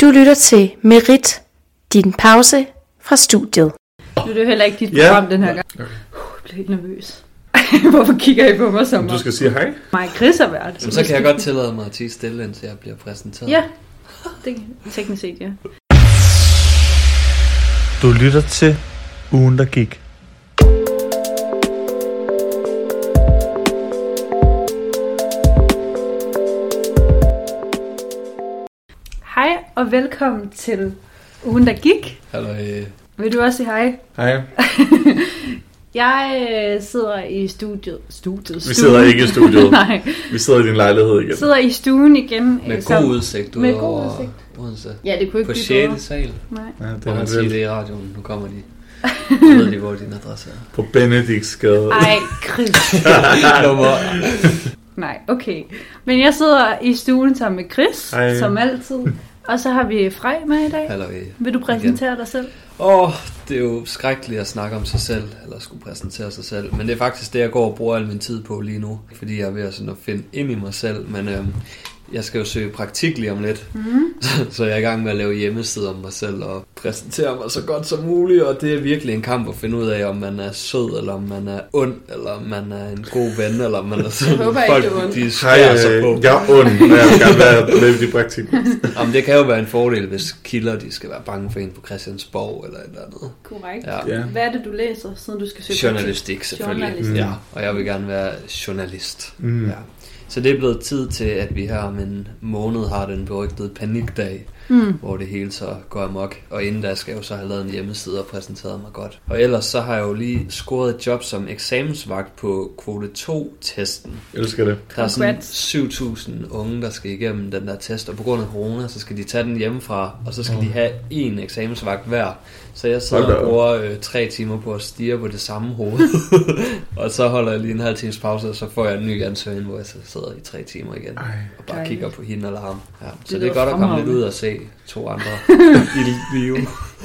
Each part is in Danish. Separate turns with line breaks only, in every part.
Du lytter til Merit, din pause fra studiet.
Nu er det jo heller ikke dit
Ja.
program den her gang. Okay. Uh, jeg bliver helt nervøs. Hvorfor kigger I på mig så
Men Du
meget?
skal sige hej.
Mig Chris er vært.
Jamen, så kan jeg godt tillade mig at tige stille, indtil jeg bliver præsenteret.
Ja, det teknisk set, ja.
Du lytter til ugen, der gik.
Hej og velkommen til ugen, der gik.
Hallo, øh,
Vil du også sige hej?
Hej.
Jeg øh, sidder i studiet. Studiet?
Vi sidder ikke i studiet.
Nej,
Vi sidder i din lejlighed igen.
sidder i stuen igen. øh,
med god
som-
udsigt ud
med god
over
udsigt.
Odense.
Ja, det kunne ikke
På
blive bedre.
6. sal,
Nej.
Ja, det
hvor
er
man
vel.
siger det i radioen. Nu kommer de. Nu ved de, hvor din adresse er.
På Benediktsgade.
Ej, Chris.
Nummer.
Nej, okay. Men jeg sidder i stuen sammen med Chris,
Hej.
som altid. Og så har vi Frej med i dag.
Hallo, øh.
Vil du præsentere dig selv?
Åh, det er jo skrækkeligt at snakke om sig selv, eller skulle præsentere sig selv. Men det er faktisk det, jeg går og bruger al min tid på lige nu. Fordi jeg er ved at, sådan at finde ind i mig selv. Men øhm, jeg skal jo søge praktik lige om lidt.
Mhm.
Mm. Så, så jeg er i gang med at lave hjemmesider om mig selv og præsentere mig så godt som muligt. Og det er virkelig en kamp at finde ud af, om man er sød, eller om man er ond, eller om man er en god ven, eller om man er sådan.
Jeg håber ikke,
Folk,
du er ond.
de
Hej,
skærer sig
øh,
på.
jeg er ond, og jeg vil gerne være med i praktik.
Om det kan jo være en fordel, hvis kilder de skal være bange for en på Christiansborg, eller et eller andet.
Korrekt.
Ja.
Ja.
Hvad er det, du læser, siden du skal søge
Journalistik selvfølgelig.
Journalist.
Ja, og jeg vil gerne være journalist.
Mm.
Ja. Så det er blevet tid til, at vi her om en måned har den berygtede panikdag,
Mm.
hvor det hele så går amok. Og inden da skal jeg jo så have lavet en hjemmeside og præsenteret mig godt. Og ellers så har jeg jo lige scoret et job som eksamensvagt på kvote 2-testen.
Jeg elsker det.
Der er sådan
Congrats.
7.000 unge, der skal igennem den der test, og på grund af corona, så skal de tage den hjemmefra, og så skal de have en eksamensvagt hver. Så jeg sidder
Mm. Hold da
og
op.
bruger øh, tre timer på at stige på det samme hoved, og så holder jeg lige en halv times pause, og så får jeg en ny ansøgning, hvor jeg så sidder i tre timer igen,
Ej.
og bare
Dejligt.
kigger på hende eller ham. Ja, så det,
lyder
er godt at komme lidt
fremragende.
ud og se to andre i live.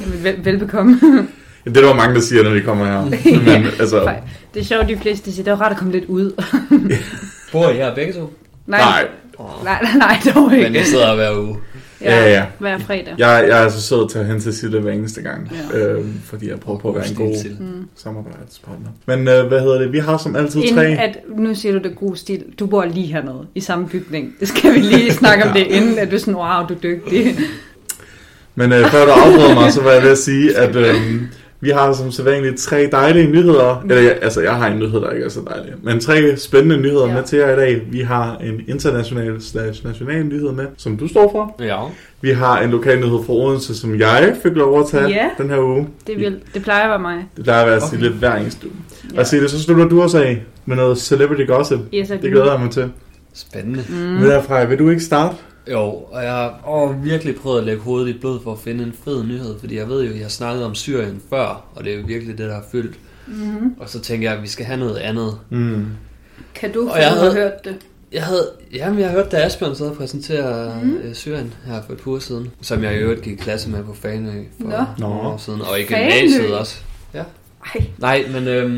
Jamen, vel, velbekomme.
Det er der jo mange, der siger, når de kommer her. Men altså,
Fej. det er sjovt, de fleste siger, det er rart at komme lidt ud.
Bor I her begge to?
nej,
nej.
Oh,
nej, nej, nej, dog ikke.
men jeg sidder hver uge.
Ja, ja.
Hver fredag.
Jeg, jeg er så sød til at hente til Sille hver eneste gang.
Ja.
Øhm, fordi jeg prøver på at være en god
Stil.
samarbejdspartner. Men øh, hvad hedder det? Vi har som altid tre...
Inden at, nu siger du det god stil, du bor lige hernede, i samme bygning. Det skal vi lige snakke om det, inden at du er sådan, wow, du er dygtig.
Men øh, før du afbryder mig, så var jeg ved at sige, at øh, vi har som sædvanligt tre dejlige nyheder. Eller, jeg- altså, jeg har en nyhed, der ikke er så dejlig. Men tre spændende nyheder
Ja.
ja. med til jer i dag. Vi har en international slash national nyhed med, som du står for.
Ja.
Vi har en lokal nyhed fra Odense, som jeg fik lov at tage
Ja.
den her uge.
Det, vil, det plejer at være mig.
Det plejer at være at
Okay.
sige lidt hver eneste uge.
Ja.
Og
Altså,
se det, så slutter du også af med noget celebrity gossip.
Yes,
Det glæder jeg mig til.
Spændende.
Mm. Men derfra, vil du ikke starte?
Jo, og jeg har åh, virkelig prøvet at lægge hovedet i blod for at finde en fed nyhed, fordi jeg ved jo, at I har snakket om Syrien før, og det er jo virkelig det, der har fyldt. Mm-hmm. Og så tænker jeg, at vi skal have noget andet.
Mm.
Kan du
Og jeg havde-
hørt det?
Jeg havde, jamen, jeg hørte, da Asbjørn sad og præsenterede mm. Syrien her for et par uger siden, som jeg i øvrigt gik i klasse med på Fanø for
Nå.
nogle år siden, og i
Fanø?
gymnasiet også.
Ej,
Nej, men, øhm,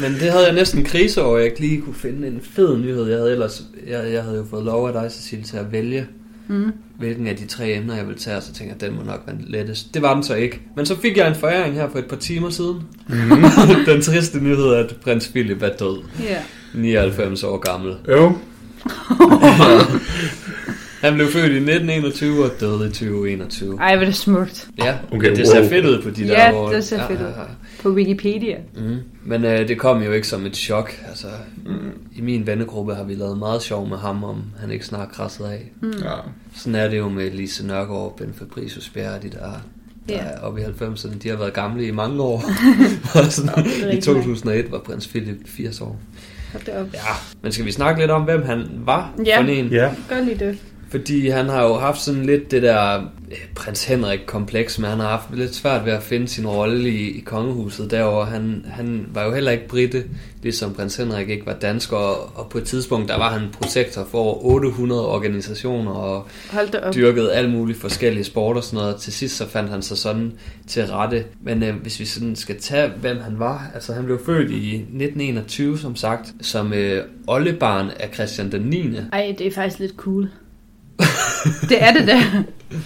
men det havde jeg næsten krise over, at jeg ikke lige kunne finde en fed nyhed. Jeg havde, ellers, jeg, jeg havde jo fået lov af dig, Cecilie, til at vælge,
Mm.
hvilken af de tre emner, jeg ville tage, og så tænkte jeg, den må nok være den lettest. Det var den så ikke. Men så fik jeg en foræring her for et par timer siden. Mm. den triste nyhed er, at prins Philip er død.
ja.
99 år gammel.
Jo.
Han blev født i 1921 og døde i 2021.
Ej, hvor er det smukt.
Ja,
Okay,
det ser
wow.
fedt ud på de der
Ja,
år.
det ser fedt ud. På Wikipedia.
Mm. Men øh, det kom jo ikke som et chok. Altså, mm. I min vennegruppe har vi lavet meget sjov med ham, om han ikke snart krassede af.
Mm. Ja.
Sådan er det jo med Lise Nørgaard, Ben Fabricius Bjerre og de der, der
Ja.
er Øh, oppe i 90'erne. De har været gamle i mange år. Og sådan,
det er
I
rigtigt.
2001 var prins Philip 80 år.
Hold da op.
Ja, men skal vi snakke lidt om, hvem han var
Ja.
for en?
ja.
Gør lige det.
Fordi han har jo haft sådan lidt det der øh, prins Henrik-kompleks, men han har haft lidt svært ved at finde sin rolle i, i kongehuset derovre. Han, han var jo heller ikke britte, ligesom prins Henrik ikke var dansker, og, og på et tidspunkt der var han protektor for over 800 organisationer og
Hold da op.
dyrkede alle mulige forskellige sport og sådan noget. Til sidst så fandt han sig sådan til rette. Men øh, hvis vi sådan skal tage, hvem han var. Altså han blev født i 1921, som sagt, som øh, oldebarn af Christian den 9.
Ej, det er faktisk lidt cool. Det er det da.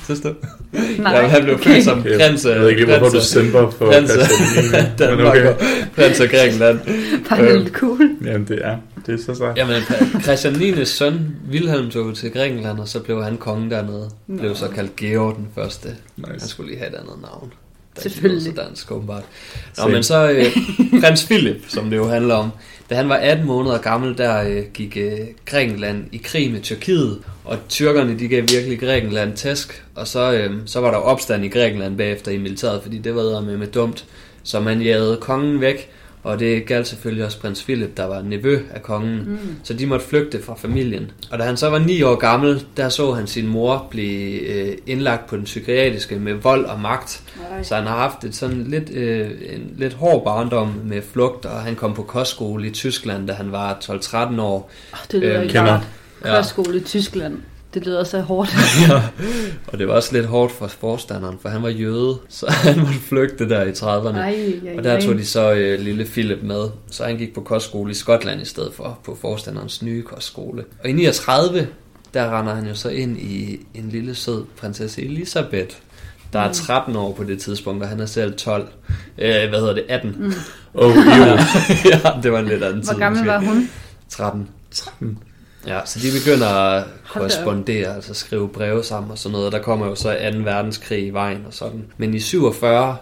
Synes du?
Nej.
Jamen, han blev født som prins af
Jeg ved ikke lige, hvorfor du
prins af-
stemper for
prins af-
Patrick Men
Danmark
okay.
og prins af Grækenland.
Bare det er
øh,
lidt cool.
Jamen, det er, det er så sejt.
Jamen, pa- Christian 9. søn, Wilhelm, tog til Grækenland, og så blev han konge dernede. Blev så kaldt Georg den første. Han
Nice.
skulle lige have et andet navn. Der
Selvfølgelig.
er ikke noget så dansk, åbenbart. Nå,
Same.
men så øh, prins Philip, som det jo handler om. Da han var 18 måneder gammel, der øh, gik øh, Grækenland i krig med Tyrkiet, og tyrkerne de gav virkelig Grækenland tæsk, og så, øh, så var der opstand i Grækenland bagefter i militæret, fordi det var med med dumt, så man jagede kongen væk, og det galt selvfølgelig også prins Philip, der var nevø af kongen, mm. så de måtte flygte fra familien. Og da han så var 9 år gammel, der så han sin mor blive øh, indlagt på den psykiatriske med vold og magt, så han har haft et sådan lidt, øh, en lidt hård barndom med flugt, og han kom på kostskole i Tyskland, da han var 12-13 år.
Oh, det lyder
Øhm,
ikke
kender.
rart.
Ja.
Kostskole i Tyskland. Det lyder så hårdt.
Og det var også lidt hårdt for forstanderen, for han var jøde, så han måtte flygte der i 30'erne.
Ej, ej,
Og der
ej.
tog de så øh, lille Philip med, så han gik på kostskole i Skotland i stedet for, på forstanderens nye kostskole. Og i 39, der render han jo så ind i en lille sød prinsesse Elisabeth, der
Mm.
er 13 år på det tidspunkt, og han er selv 12, øh, hvad hedder det, 18. Mm.
Oh, jo.
ja, det var en lidt anden tid.
Hvor gammel
måske.
var hun?
13. 13. Ja, så de begynder at
da op.
korrespondere, altså skrive breve sammen og sådan noget. Der kommer jo så 2. verdenskrig i vejen og sådan. Men i 47,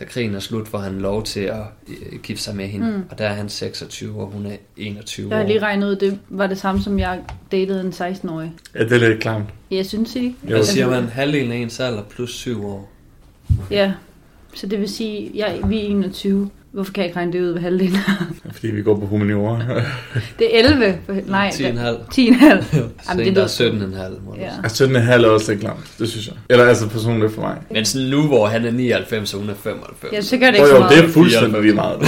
da krigen er slut, får han lov til at øh, gifte sig med hende. Mm. Og der er han 26, og hun er 21
Jeg har
år.
lige regnet ud, det var det samme, som jeg datede en 16-årig.
Ja, det er lidt klamt.
Jeg synes Altså, ikke.
Jo.
Hvad siger man? Halvdelen af ens alder plus 7 år.
Ja, så det vil sige, jeg, vi er 21. Hvorfor kan jeg ikke regne det ud ved halvdelen?
Fordi vi går på humaniora.
Det er 11. For, nej, 10,5.
10,5. Så en, der er 17,5 må du
Ja.
sige.
Altså, 17 er halv er også lidt klamt, det synes jeg. Eller altså personligt for mig.
Men sådan nu, hvor han er 99, og hun er 95.
Ja, så gør det
Jo,
ikke så
jo, det
meget.
er fuldstændig lige meget.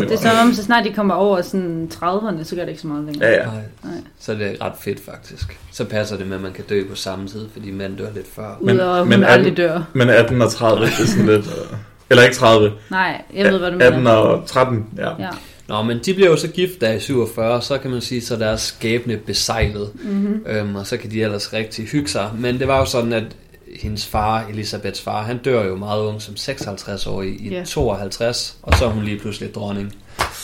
Det er som om, så snart de kommer over sådan 30'erne, så gør det ikke så meget længere.
Ja, ja.
Nej.
Nej.
Så er det ret fedt faktisk. Så passer det med, at man kan dø på samme tid, fordi mænd dør lidt før.
Men-
Udover, at hun
men er
aldrig
den-
dør.
Men 18 og 30, det er sådan lidt... øh, Eller ikke 30.
Nej, jeg ved, hvad du
18
mener.
og 13, ja.
Ja.
Nå, men de bliver jo så gift der i 47, så kan man sige, så er deres skæbne besejlet.
mhm.
Mm-hmm. Øhm, og så kan de ellers rigtig hygge sig. Men det var jo sådan, at hendes far, Elisabeths far, han dør jo meget ung som 56-årig i
Ja.
yeah. 52, og så er hun lige pludselig dronning.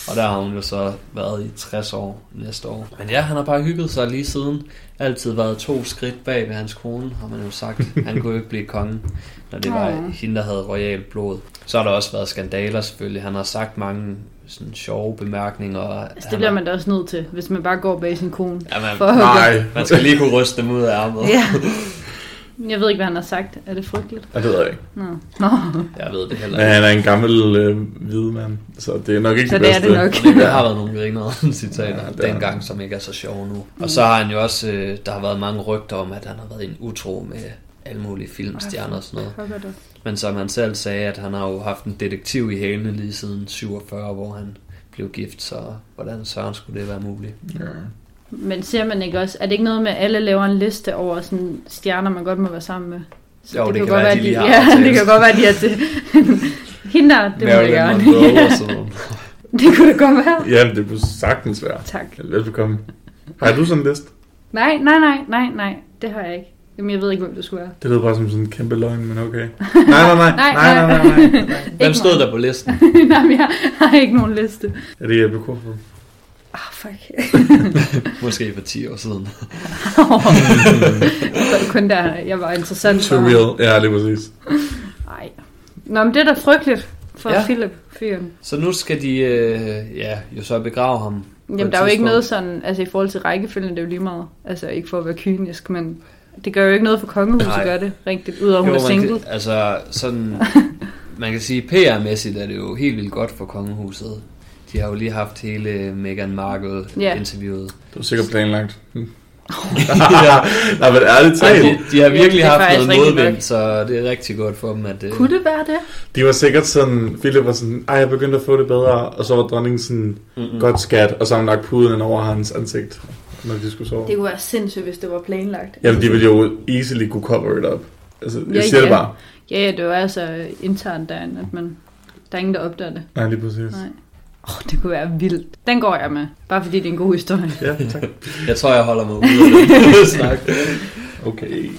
Og der har hun jo så været i 60 år næste år. Men ja, han har bare hygget sig lige siden. Altid været to skridt bag ved hans kone, har man jo sagt. Han kunne jo ikke blive konge, når det var
Åh.
hende, der havde royal blod. Så har der også været skandaler selvfølgelig. Han har sagt mange sådan sjove bemærkninger. og
Altså, det
han
bliver
har-
man da også nødt til, hvis man bare går bag sin kone.
Ja, man-
For at hugge.
Nej,
Man skal lige kunne ryste dem ud af ærmet.
Ja. Jeg ved ikke, hvad han har sagt. Er det frygteligt?
jeg ved jeg ikke.
Nå. Nå.
Jeg ved det heller
Men
ikke.
han er en gammel øh, hvid mand, så det er nok ikke
Så
det
det er
bedste.
det nok.
Men Der har været nogle grinerede citater
Ja, det
ja,
er-
dengang, som ikke er så sjove nu. Og
Mm.
så har han jo også, øh, der har været mange rygter om, at han har været en utro med alle mulige filmstjerner og sådan noget.
Fuck er det?
Men som han selv sagde, at han har jo haft en detektiv i hælene lige siden 47, hvor han blev gift, så hvordan søren skulle det være muligt?
Ja.
Men ser man ikke også, er det ikke noget med, at alle laver en liste over sådan stjerner, man godt må være sammen med? Så
Jo, det kan
godt
være, at de lige har
Ja,
aftalt.
det kan godt være, at de har til. Hende der, det må jeg
Marilyn
gøre.
Monroe og sådan noget.
det kunne det godt være.
Jamen, det kunne sagtens være.
Tak.
Velbekomme. Har du sådan en liste?
Nej, nej, nej, nej, nej. Det har jeg ikke. Jamen, jeg ved ikke, hvem du skulle være.
Det lyder bare som sådan en kæmpe løgn, men okay. Nej, nej, nej,
Nej,
nej, nej, nej, nej.
Hvem
Ikke
stod der på listen?
mig. nej, men jeg har ikke nogen liste.
Er det Jeppe Kofod?
Ah, oh, fuck.
Måske for 10 år siden.
Så det kun der, jeg var interessant
Too real. Ja, lige præcis.
Nej. Nå, men det er da frygteligt for
Ja.
ja. Philip, fyren.
Så nu skal de øh, ja, jo så begrave ham. på et
Jamen, der er jo ikke
tidspunkt.
noget sådan, altså i forhold til rækkefølgen, det er jo lige meget. Altså ikke for at være kynisk, men det gør jo ikke noget for kongehuset,
Nej.
gør det rigtigt, udover hun
Jo,
er
man
single.
Kan, altså, sådan, man kan sige, PR-mæssigt er det jo helt vildt godt for kongehuset. De har jo lige haft hele Meghan
Ja.
Markle-interviewet.
Det var sikkert planlagt. Nej, men ærligt
Så de,
talt.
de har virkelig
Ja, det er
haft
faktisk
noget
rigtig
modvind,
nok.
så det er rigtig godt for dem, at øh, det...
Kunne det være det?
De var sikkert sådan, Philip var sådan, ej, jeg begyndte at få det bedre, og så var dronningen sådan,
Mm-mm.
godt skat, og så har hun lagt puden over hans ansigt, når de skulle sove.
Det kunne være sindssygt, hvis det var planlagt.
Jamen, de ville jo easily kunne cover it up. Altså, jeg
Ja,
siger det
ja.
bare.
Ja, ja, det var altså internt derinde, at man, der er ingen, der opdager det.
Nej, lige præcis.
Nej. Åh, oh, det kunne være vildt. Den går jeg med, bare fordi det er en god historie.
Ja, tak.
Jeg tror, jeg holder mig ude af det snak.
Okay.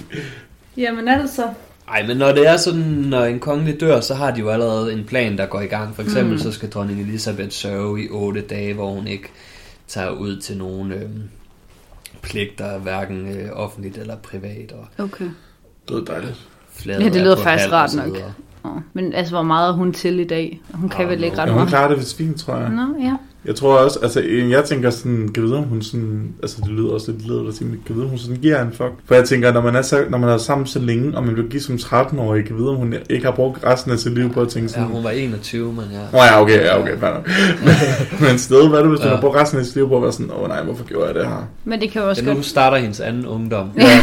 Jamen altså.
Ej, men når det er sådan, når en kongelig dør, så har de jo allerede en plan, der går i gang. For eksempel mm. så skal dronning Elisabeth sørge i otte dage, hvor hun ikke tager ud til nogen øh, pligter, hverken øh, offentligt eller privat. Og
Okay.
Det er dejligt.
flader
Ja, det
er
lyder
på
faktisk
halv og
rart
så
nok.
videre.
Oh, men altså, hvor meget er hun til i dag? Hun kan
Ah,
vel ikke
no.
ret
Ja, hun
meget.
klarer det vist fint, tror jeg.
Nå, ja.
Jeg tror også, altså jeg tænker sådan, kan vide, om hun sådan, altså det lyder også lidt ledet at sige, men kan vide, om hun sådan giver en fuck. For jeg tænker, når man er, så, når man er sammen så længe, og man bliver givet som 13-årig, kan vide, om hun ikke har brugt resten af sit liv på at tænke
Ja,
sådan,
hun var 21, men
Nå
ja.
ja, okay, ja, okay, fair nok. Men- Men stadig, hvad er det, hvis ja.
Ja.
man har brugt resten af sit liv på at være sådan, åh oh, nej, hvorfor gjorde jeg det her?
Men det kan jo også
Men nu
godt...
starter hendes anden ungdom.
Ja,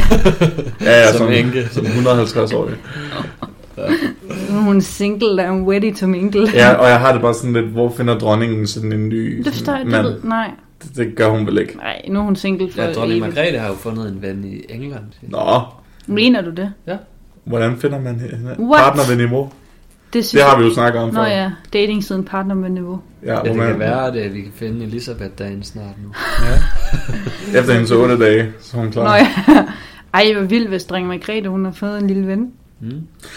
ja,
Som
som,
enke.
som 150 år.
Nu er hun single, and ready to mingle.
Ja, og jeg har det bare sådan lidt, hvor finder dronningen sådan en ny
Det forstår jeg,
sådan,
det ved, nej.
Det, det gør hun vel ikke.
Nej, nu er hun single for
Ja, dronning
evigt.
Margrethe har jo fundet en ven i England.
Nå,
Mener du det?
hvordan finder man hende?
What?
Partner ved niveau?
Det, synes
Det har vi jo snakket om
Nå
før.
ja, dating siden partner med niveau.
Ja,
Ja,
hvor
det
man-
kan være, at øh, vi kan finde Elisabeth derinde snart nu.
Efter hendes 8 dage, så er hun klar.
Nå ja. Ej, hvor vildt, hvis drengen Margrethe, hun har fået en lille ven.
Mm.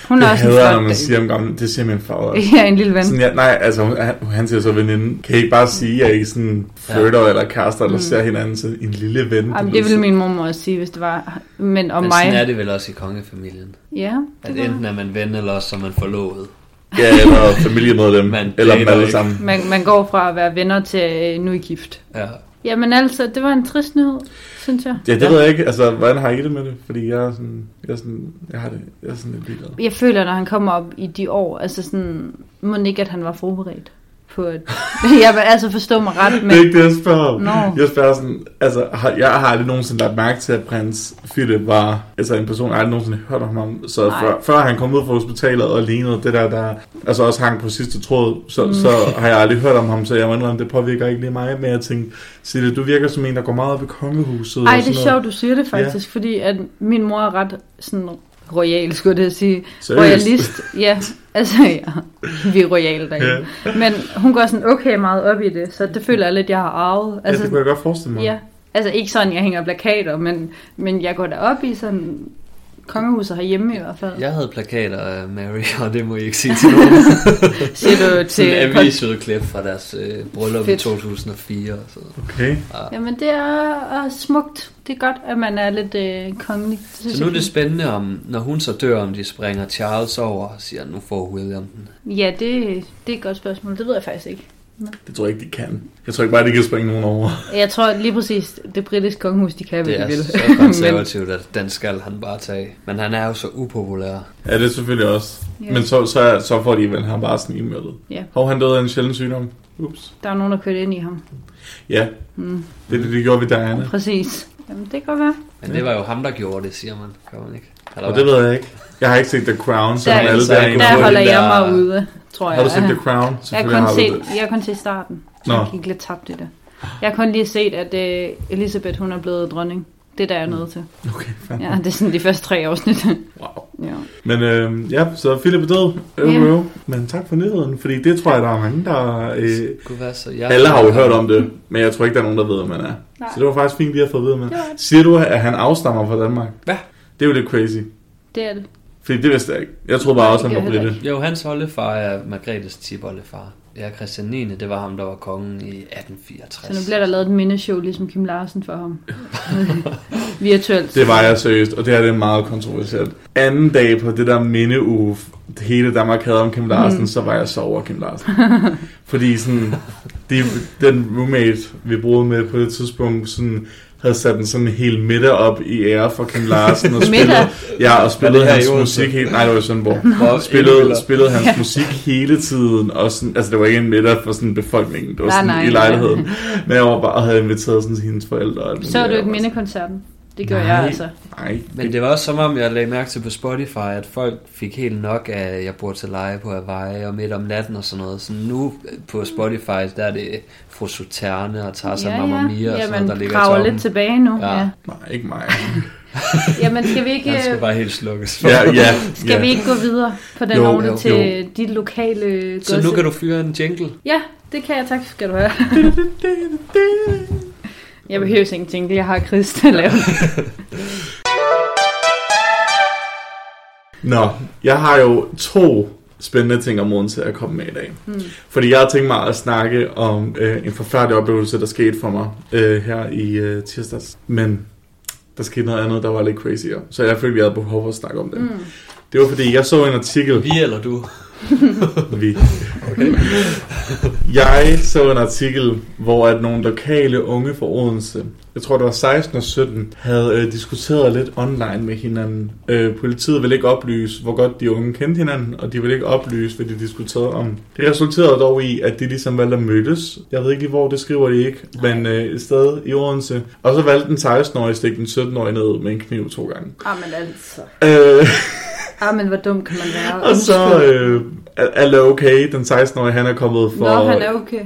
Hun er
det
også en
hader, jeg,
flot
når man
dame.
siger om gamle. Det siger min far også.
Ja, en lille ven.
Sådan, ja, nej, altså hun- han, han siger så veninde. Kan I ikke bare sige, at I sådan flirter ja. eller kærester, eller mm. ser hinanden som en lille ven?
Jamen,
lyder
det ville
så-
min mor også sige, hvis det var... Men om
Men
mig...
sådan er det vel også i kongefamilien.
Ja,
At
det var...
enten er man ven, eller også er man forlovet.
Ja, eller familiemedlem,
Man
eller dem
dater
alle
ikke.
sammen.
Man, man går fra at være venner til øh, nu er I gift.
Ja.
Jamen altså, det var en trist nyhed, synes jeg.
Ja, det
Ja.
ved jeg ikke. Altså, hvordan har I det med det? Fordi jeg er sådan, jeg er sådan, jeg har det, jeg er sådan lidt ligeglad.
Jeg føler, når han kommer op i de år, altså sådan... Må ikke, at han var forberedt på at... jeg vil altså forstå mig ret,
Det er
men...
ikke det, jeg spørger om.
Nå.
Jeg spørger sådan, altså, har, jeg har aldrig nogensinde lagt mærke til, at prins Philip var, altså en person, jeg aldrig nogensinde hørt om ham. Så
Nej.
før, før, han kom ud fra hospitalet og lignede det der, der altså også hang på sidste tråd, så, mm. så har jeg aldrig hørt om ham, så jeg må indrømme, det påvirker ikke lige mig, men jeg tænkte, Sille, du virker som en, der går meget op i kongehuset.
Ej,
og
det
sådan
er sjovt, du siger det faktisk, fordi at min mor er ret sådan royal, skulle jeg til at sige. Royalist, ja. Altså, ja. Vi er royale derhjemme. Yeah. Men hun går sådan okay meget op i det, så det føler jeg lidt, jeg har arvet.
Altså, ja, det
Altså,
kunne jeg godt forestille mig.
ja. altså ikke sådan, jeg hænger plakater, men, men jeg går da op i sådan kongehuset herhjemme i hvert fald.
Jeg havde plakater af Mary, og det må I ikke sige til nogen.
Siger du
Sådan et
til...
avisudklip fra deres øh, bryllup i
Fedt.
2004. Og sådan. noget.
Okay.
Jamen, det er øh, smukt. Det er godt, at man er lidt øh, kongelig. Det synes
Så nu er
jeg
det
fint.
spændende, om når hun så dør, om de springer Charles over og siger, nu får William den.
Ja, det, det er et godt spørgsmål. Det ved jeg faktisk ikke.
Det tror jeg ikke, de kan. Jeg tror ikke bare, de kan springe nogen over.
Jeg tror lige præcis, det britiske kongehus, de kan, hvad
Det
de
er
vil.
så konservativt, at den skal han bare tage. Men han er jo så upopulær.
Ja, det er selvfølgelig også.
Ja.
Yeah. Men så, så, så får de vel ham bare sådan imødet.
Ja.
Hov, han døde af en sjælden sygdom. Ups.
Men der er nogen, der kørte ind i ham.
Ja,
Mm,
det, det, det gjorde vi Diana.
præcis. Jamen, det kan godt være.
Men det var jo ham, der gjorde det, siger man. Gør man ikke? Eller
Og
hvad?
det ved jeg ikke. Jeg har ikke set The Crown, så
Der,
alle
så
der
jeg
er
kunne
en
Der
Hvor
holder
den
jeg
der-
mig ude, tror jeg.
Har du set The Crown?
jeg har
Selvfølgelig
kun
har du
set,
det.
jeg har kun set starten. Så
Nå.
jeg gik lidt tabt i det. Jeg har kun lige set, at øh, Elisabeth hun er blevet dronning. Det er der, jeg er nødt til.
Okay, fandme.
Ja, det er sådan de første tre afsnit.
Wow.
ja.
Men øh, ja, så Philip er død. Øh,
Ja.
yeah. Men tak for nyheden, fordi det tror jeg, der er mange, der... Øh,
Det kunne være så jeg
alle har jo hørt om det, men jeg tror ikke, der er nogen, der ved, hvem man er.
Nej.
Så det var faktisk fint lige at få at vide, med.
Det var det.
Siger du, at han afstammer fra Danmark?
Ja.
Det er jo lidt crazy.
Det er det.
Fordi det vidste jeg ikke. Jeg troede bare
Nej,
også,
det
han var
gjorde jeg
britte.
heller
Jo, hans oldefar er Margrethes tipoldefar. Ja, Christian 9. det var ham, der var kongen i 1864.
Så nu bliver der lavet et mindeshow, ligesom Kim Larsen for ham. Virtuelt.
Det var jeg seriøst, og det her det er meget kontroversielt. Anden dag på det der mindeuge, hele Danmark havde om Kim Larsen, mm. så var jeg så over Kim Larsen. Fordi sådan, de, den roommate, vi boede med på det tidspunkt, sådan, havde sat den sådan en hel middag op i ære for Kim Larsen. Og spillede,
Middag?
ja, og spillede
Var det her
hans
i Odense?
musik helt... Nej, det var i Sønderborg.
Hvor
Spillede,
indbiller-
spillede hans musik hele tiden. Og sådan, altså, det var ikke en middag for sådan befolkningen. Det var
Nej,
sådan
nej,
i
nej.
lejligheden. Men jeg var bare og havde inviteret sådan hendes forældre. og alt muligt.
Så
Jeg
du ikke
var sådan,
mindekoncerten? Det gør
Nej.
jeg altså.
Nej,
Men det var også som om, jeg lagde mærke til på Spotify, at folk fik helt nok af, at jeg bor til leje på Hawaii og midt om natten og sådan noget. Så nu
Mm.
på Spotify, der er det fru Suterne og Tarzan ja, Altså, Mamma Mia og sådan
Jamen,
noget, der ligger
graver
toppen.
lidt tilbage nu.
Ja.
Ja. Ja.
nej, ikke mig.
Jamen, skal vi ikke...
Han skal bare helt slukkes.
Ja, ja.
Skal
ja.
vi ikke gå videre på den
Jo,
ordre
jo,
til dit lokale
Så nu kan du fyre en jingle.
Ja, det kan jeg. Tak skal du have. Jeg behøver ikke tænke, jeg har Chris til at lave.
Nå, jeg har jo to spændende ting om måneden til at komme med i dag. Mm. Fordi jeg har tænkt mig at snakke om øh, en forfærdelig oplevelse, der skete for mig øh, her i øh, tirsdags. Men der skete noget andet, der var lidt crazier. Så jeg følte, vi havde behov for at snakke om det. Mm. Det var fordi, jeg så en artikel.
Vi eller du?
Vi. Okay. Jeg så en artikel, hvor at nogle lokale unge fra Odense, jeg tror det var 16 og 17, havde øh, diskuteret lidt online med hinanden. Øh, politiet ville ikke oplyse, hvor godt de unge kendte hinanden, og de ville ikke oplyse, hvad de diskuterede om. Det resulterede dog i, at de ligesom valgte at mødes. Jeg ved ikke lige, hvor det skriver de ikke, men øh, et sted i Odense. Og så valgte den 16-årige at stikke den 17-årige ned med en kniv to gange.
Jamen altså.
Øh,
Ah, men hvor dum kan man være?
og så øh, er alt er okay. Den 16-årige, han er kommet for...
Nå, han er okay.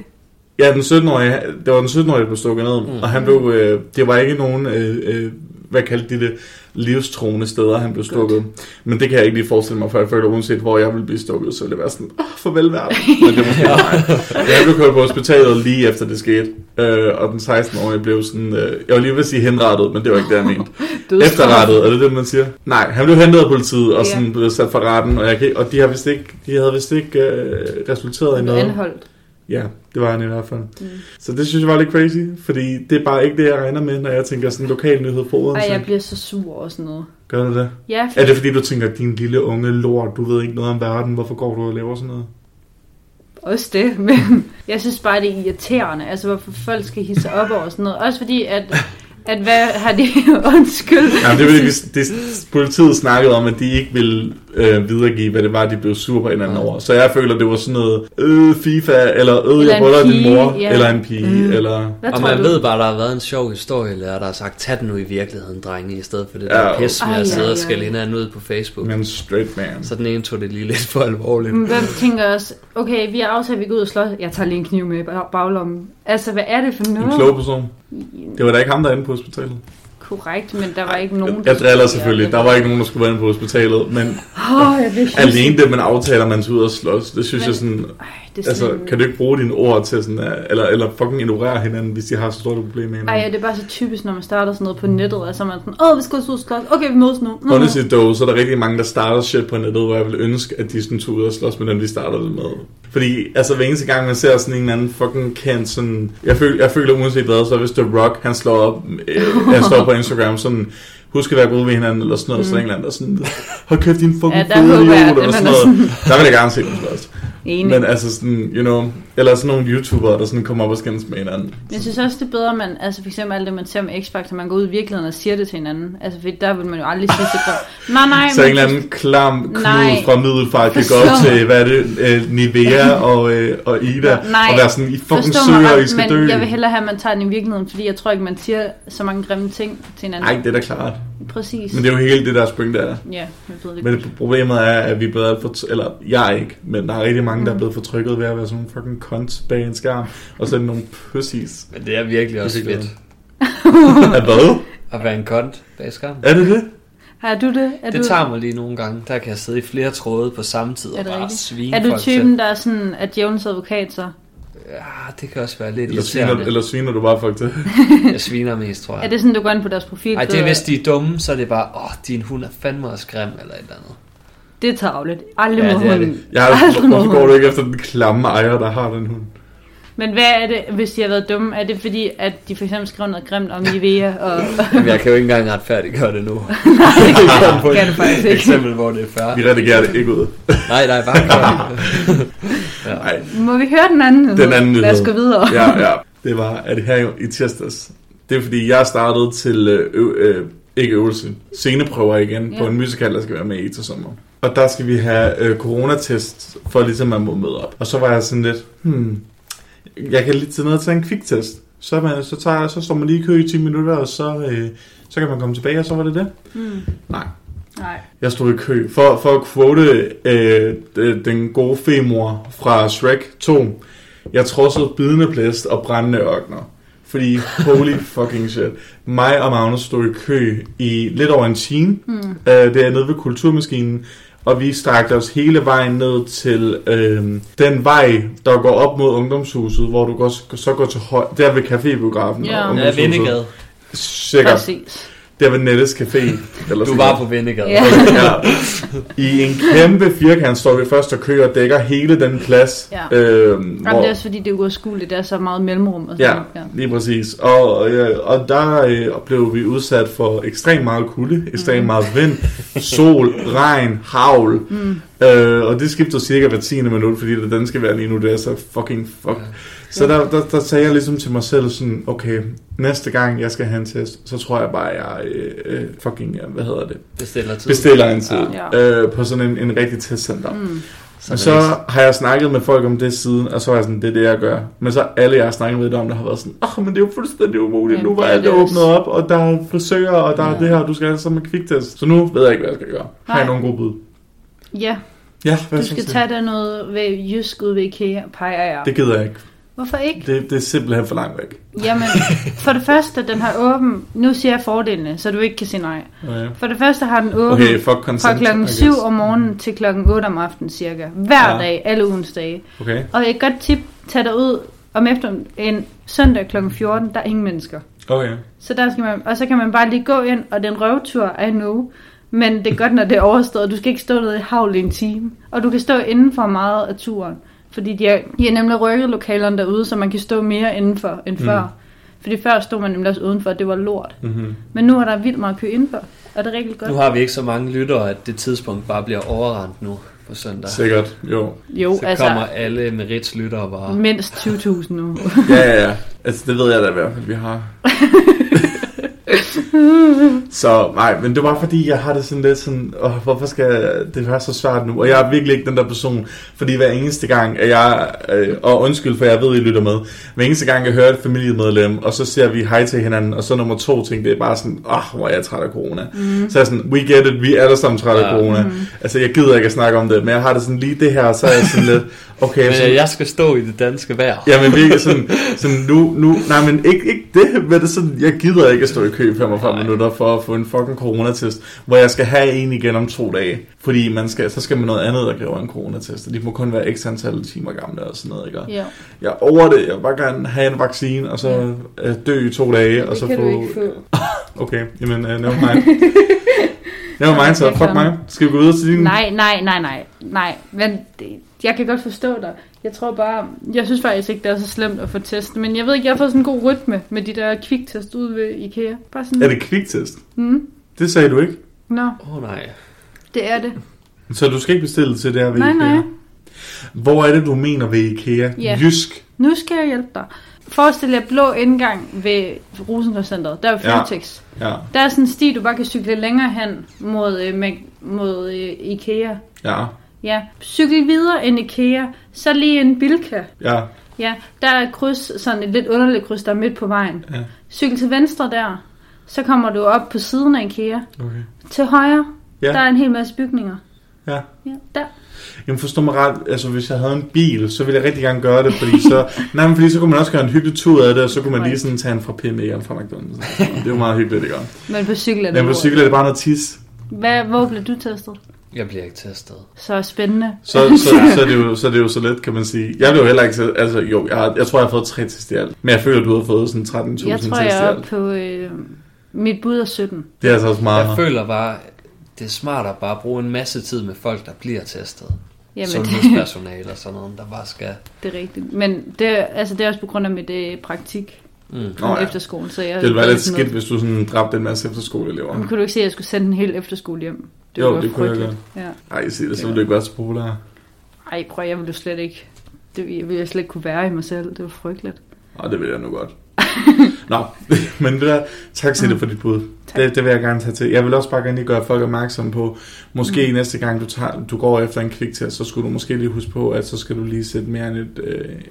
Ja, den 17-årige, det var den 17-årige, der blev stukket ned, mm. og han blev, øh, det var ikke nogen, øh, øh, hvad kaldte de det, livstroende steder, han blev stukket. Men det kan jeg ikke lige forestille mig, for jeg føler, uanset hvor jeg ville blive stukket, så ville det være sådan, åh, farvel verden. Men det var sådan, nej. Jeg blev kørt på hospitalet lige efter det skete, øh, og den 16-årige blev sådan, øh, jeg var lige ved at sige henrettet, men det var ikke det, jeg mente.
Dødsstraf.
Efterrettet, er det det, man siger? Nej, han blev hentet af politiet, og sådan blev sat for retten, og, jeg, kan- og de, har vist ikke, de havde vist ikke øh, resulteret i
Han er
noget.
anholdt.
Ja, det var han i hvert fald. Mm. Så det synes jeg var lidt crazy, fordi det er bare ikke det, jeg regner med, når jeg tænker sådan lokal nyhed på Odense.
Ej, jeg bliver så sur over sådan noget.
Gør du det?
Ja,
Er det fordi, du tænker, din lille unge lort, du ved ikke noget om verden, hvorfor går du og laver sådan noget?
Også det, men jeg synes bare, det er irriterende, altså hvorfor folk skal hisse sig op over sådan noget. Også fordi, at, at hvad har de... Undskyld.
Jamen, det, er, fordi, vi- det, politiet snakkede om, at de ikke ville øh, videregive, hvad det var, de blev sur på hinanden over. Så jeg føler, det var sådan noget, øh, FIFA, eller øh,
Eller
jeg
en
boller din
pige,
mor,
ja.
eller en pige, mm. eller...
Hvad
og
tror
man
du?
ved bare, der har været en sjov historielærer, der har sagt, tag den nu i virkeligheden, drenge, i stedet for det der
Ja.
pis med
Ej,
at sidde og
ej,
skælde
ej.
hinanden ud på Facebook.
Men straight man.
Så den ene tog det lige lidt for alvorligt.
Men Hvem tænker også, okay, vi har aftalt, at vi går ud og slår. Jeg tager lige en kniv med i bag- baglommen. Altså, hvad er det for
En
noget?
klog person. Det var da ikke ham, der er inde på hospitalet.
Korrekt, men der var ikke nogen...
Jeg driller selvfølgelig. Der var ikke nogen, der skulle være inde på hospitalet, men
Åh, oh, jeg bliver
alene det, man aftaler, man tager ud og slås, det synes
Men-
jeg sådan...
Ej, det er sådan...
Altså, kan du ikke bruge dine ord til sådan... at- Eller, eller fucking ignorere hinanden, hvis de har så stort et problem med
Ej, ja,
hinanden?
det er bare så typisk, når man starter sådan noget på nettet, altså man er sådan, åh, vi skal ud og slås. Okay, vi mødes nu. Mm.
Honestly though, så er der rigtig mange, der starter shit på nettet, hvor jeg ville ønske, at de sådan tog ud og slås med dem, de startede det med. Fordi, altså hver eneste gang, man ser sådan en eller anden fucking kendt sådan... Jeg føler, jeg føler uanset hvad, så hvis The Rock, han slår op, øh, han står på Instagram sådan... Husk at være gode ved hinanden, eller sådan noget, mm. så er der en eller anden, der sådan... Hold kæft, din fucking
Ja, der
fede
håber jeg,
idiot," eller
at man
sådan
er
noget. Der vil jeg gerne se dem slås.
Enig.
Men altså sådan, you know, eller sådan nogle YouTubere, der sådan kommer op og skændes med hinanden.
Men Jeg synes også, det er bedre, at man, altså for eksempel alt det, man ser med X-Factor, man går ud i virkeligheden og siger det til hinanden. Altså, for der vil man jo aldrig sige til folk, nej, nej,
Så en
men
eller anden klam knud
Nej.
fra Middelfart kan gå
Forstår.
op til, hvad er det, øh, Nivea og, øh, og Ida,
Nej.
og være sådan, I fucking
forstå
søger,
mig
I skal
ret,
dø.
men jeg vil hellere have, at man tager den i virkeligheden, fordi jeg tror ikke, man siger så mange grimme ting til hinanden.
Nej, det er da klart.
Præcis.
Men det er jo hele det, der spring der. er.
Ja, jeg ved det
Men det- problemet er, at vi er blevet alt for... t- Eller jeg er ikke, men der er rigtig mange,
Mm.
der er blevet fortrykket ved at være sådan nogle fucking cunts bag en skærm, og så er det nogle pussies.
Men det er virkelig også
Det er
fedt
Er hvad?
at være en kont bag skærmen.
Er det det?
Har du det? Er
Det
du...
tager mig lige nogle gange. Der kan jeg sidde i flere tråde på samme tid
Er
og
det
bare
rigtigt?
svine
Er du
folk
typen, der er sådan, at djævelens advokat så?
til. Ja, det kan også være lidt
Eller sviner,
irriterende.
eller sviner du bare folk til?
Jeg sviner mest, tror jeg.
Er det sådan, du går ind på deres profil?
Ej,
så-
det er hvis de er dumme, så er det bare, åh, oh, din hund er fandme også grim, eller et eller andet.
Det er tarveligt. Aldrig
Ja,
ja, må
det er
hunden.
Jeg
Aldrig
har,
må
hvorfor går du
hunden.
ikke efter den klamme ejer, der har den hund?
Men hvad er det, hvis de har været dumme? Er det fordi, at de for eksempel skrev noget grimt om Nivea? Og...
Jamen, jeg kan jo ikke engang retfærdiggøre det nu.
det kan du faktisk
Et
ikke.
eksempel, hvor det er færre.
Vi redigerer det ikke ud.
Nej, nej, bare gør det.
Nej,
Må vi høre den anden nyhed?
Den anden
Lad os gå
nyhed.
videre.
ja, ja. Det var, at her i tirsdags, det er fordi, jeg startede til, øh, øv- øh, ikke øvelse, sceneprøver igen ja. på
Ja.
en musical, der skal være med i til sommer. Og der skal vi have øh, coronatest, for ligesom at må møde op. Og så var jeg sådan lidt, hmm, jeg kan lige til noget tage en kviktest. Så, er man, så, tager, så står man lige i kø i 10 minutter, og så, øh, så kan man komme tilbage, og så var det det.
Mm.
Nej.
Nej.
Jeg stod i kø. For, for at quote øh, d- den gode femor fra Shrek 2. Jeg trodsede bidende blæst og brændende ørkner. Fordi holy fucking shit. Mig og Magnus stod i kø i lidt over en time. Mm.
Hmm.
Øh, det er nede ved Kulturmaskinen. Og vi strakte os hele vejen ned til øh, den vej, der går op mod Ungdomshuset, hvor du går, så går til højre. Der ved cafébiografen
Ja.
og
Ja,
Ungdomshuset.
Vindegade.
Sikkert.
Præcis.
der ved Nettes Café. Eller
Du
sådan
var
noget.
på Vindegade.
Ja.
ja. I en kæmpe firkant står vi først og kører og dækker hele den plads.
Ja.
Øhm,
Jamen, det er også fordi, det er uoverskueligt, der er så meget mellemrum. Og sådan
Ja,
noget.
lige præcis. Og, og, ja, og der øh, blev vi udsat for ekstremt meget kulde,
Mhm.
ekstremt meget vind, sol, regn, havl. Mm. Øh, og det skifter cirka hver tiende minut, fordi det danske vejr lige nu, det er så fucking fuck. Så der, der, der sagde jeg ligesom til mig selv sådan, okay, næste gang jeg skal have en test, så tror jeg bare, jeg øh, øh, fucking, øh, hvad hedder det,
Bestiller tid.
bestiller en tid
Ja.
ja. øh, på sådan en, en rigtig testcenter. Mm.
Så
Og så har jeg snakket med folk om det siden, og så er jeg sådan, det er det, jeg gør. Men så alle, jeg har snakket med om, der har været sådan, åh, oh, men det er jo fuldstændig umuligt.
Ja,
nu var
det er
alt
det
åbnet
også."
op, og der er frisører, og der er
Ja.
det her, og du skal have det som en kviktest. Så nu ved jeg ikke, hvad jeg skal gøre. Har jeg
Nej.
nogen gode bud?
ja.
Ja, hvad
Du
synes
skal
I?
tage dig noget ved Jysk ud ved IKEA, peger jeg.
Det gider jeg ikke.
Hvorfor ikke?
Det, det er simpelthen for langt væk.
Jamen, for det første, den har åben. Nu siger jeg fordelene, så du ikke kan sige nej.
Okay,
For det første har den åben
okay fuck
fra
consent.
klokken
I
7
guess.
om morgenen til klokken 8 om aftenen cirka. Hver
Ja.
ja. dag, alle ugens dage.
Okay,
Og et godt tip, tag dig ud om efter en søndag klokken 14, der er ingen mennesker.
okay.
Så der skal man, og så kan man bare lige gå ind, og den røvtur, I know. Men det er godt, når det er overstået. Du skal ikke stå nede i havl i en time. Og du kan stå indenfor meget af turen. Fordi de har, de har nemlig rykket lokalerne derude, så man kan stå mere indenfor end før.
Mm.
Fordi før stod man nemlig også udenfor, og det var lort.
Mm-hmm.
Men nu er der vildt meget kø indenfor. Og det er rigtig godt.
Nu har vi ikke så mange lyttere, at det tidspunkt bare bliver overrendt nu på søndag. Så,
Sikkert, jo.
Jo,
så altså,
altså
kommer alle merits lyttere bare.
mindst 20.000 nu.
Ja, ja, ja. Altså, det ved jeg da i hvert fald, vi har. så nej, men det var fordi, jeg har det sådan lidt sådan, åh, hvorfor skal det være så svært nu? Og jeg er virkelig ikke den der person, fordi hver eneste gang, at jeg, øh, og undskyld for jeg ved, I lytter med, hver eneste gang, jeg hører et familiemedlem, og så ser vi hej til hinanden, og så nummer to ting, det er bare sådan, åh, hvor er jeg træt af corona. Mm. Så er jeg sådan, we get it, vi er alle sammen træt af
Ja.
corona. Mm. Altså, jeg gider ikke at snakke om det, men jeg har det sådan lige det her, så er jeg sådan lidt, okay,
Men
sådan,
øh, jeg skal stå i det danske vejr.
Ja, men virkelig sådan, sådan nu, nu, nej, men ikke, ikke det, men det er sådan, jeg gider ikke at stå i kø i 45
Nej.
minutter for at få en fucking coronatest, hvor jeg skal have en igen om to dage, fordi man skal, så skal man noget andet, der kræver en coronatest, og de må kun være x antal timer gamle og sådan noget, ikke? Og
ja.
Jeg er over det, jeg vil bare gerne have en vaccine, og så øh, dø i to dage, og så få...
få.
Okay, jamen, uh, never mind. never mind, så
Jeg
fuck
kan-
mig. Skal vi gå videre til din...
Nej, nej, nej, nej, nej. Men det, jeg kan godt forstå dig. Jeg tror bare, jeg synes faktisk ikke, det er så slemt at få test. Men jeg ved ikke, jeg har fået sådan en god rytme med de der kviktest ude ved IKEA. Bare sådan,
Er det kviktest?
Mm,
Det sagde du ikke.
Nå,
Åh oh, nej.
det er det.
Så du skal ikke bestille til det her ved
Nej,
IKEA?
nej.
Hvor er det, du mener ved IKEA?
Ja.
Jysk.
Nu skal jeg hjælpe dig. Forestil jer blå indgang ved Rosenborg-centret. Der er
Ja.
Føtex.
Ja,
Der er sådan en sti, du bare kan cykle længere hen mod, øh, Mac- mod øh, IKEA.
ja,
Ja, cykel videre end IKEA, så lige en Bilka.
ja.
Ja, der er et kryds, sådan et lidt underligt kryds, der er midt på vejen.
Ja.
Cykel til venstre der, så kommer du op på siden af IKEA.
Okay.
Til højre,
Ja.
ja. der er en hel masse bygninger.
Ja.
Ja, der.
Jamen forstå mig ret, altså hvis jeg havde en bil, så ville jeg rigtig gerne gøre det, fordi så, nej, men fordi så kunne man også gøre en hyggelig tur af det, og så kunne man lige sådan tage en fra PMA eller fra McDonald's. Det er jo meget hyggeligt, ikke?
Men på cykel er det
Men på
lort.
cykel er det bare noget tis.
Hvad, hvor blev du testet?
Jeg bliver ikke testet.
Så spændende.
Så, så, så, er det jo, så er det jo så let, kan man sige. Jeg blev heller ikke, så- altså jo, jeg, har- jeg tror, jeg har fået tre test i alt. Men jeg føler, du har fået sådan 13.000
Jeg
test i
tror, jeg er oppe
alt.
på øh, mit bud er 17.
Det er altså også
Jeg
meget.
føler bare, det er smartere bare at bruge en masse tid med folk, der bliver testet.
Jamen, det,
Sundhedspersonale og sådan noget, der bare skal...
det er rigtigt. Men det, er- altså, det er også på grund af mit øh, praktik
Mm.
Nå
oh,
ja.
ja. efterskolen. Så jeg,
Det ville være lidt
sådan noget- Mm.
skidt, hvis du sådan dræbte en masse efterskoleelever.
Men kunne du ikke se, at jeg skulle sende en hel efterskole hjem?
Jo,
ville være
det kunne jeg
frygteligt. Ja.
Nej, sig det, så ville du ikke være så populær.
Ej, prøv, jeg ville jo slet ikke... Det jeg ville jeg slet ikke kunne være i mig selv. Det var frygteligt.
Og det vil jeg nu godt. Nå, men ved du hvad, tak Sille for dit bud.
Mm. Tak.
Det, det vil jeg gerne tage til. Jeg vil også bare gerne lige gøre folk opmærksom på, måske mm. næste gang du, tager, du går efter en kviktest, så skulle du måske lige huske på, at så skal du lige sætte mere end, et,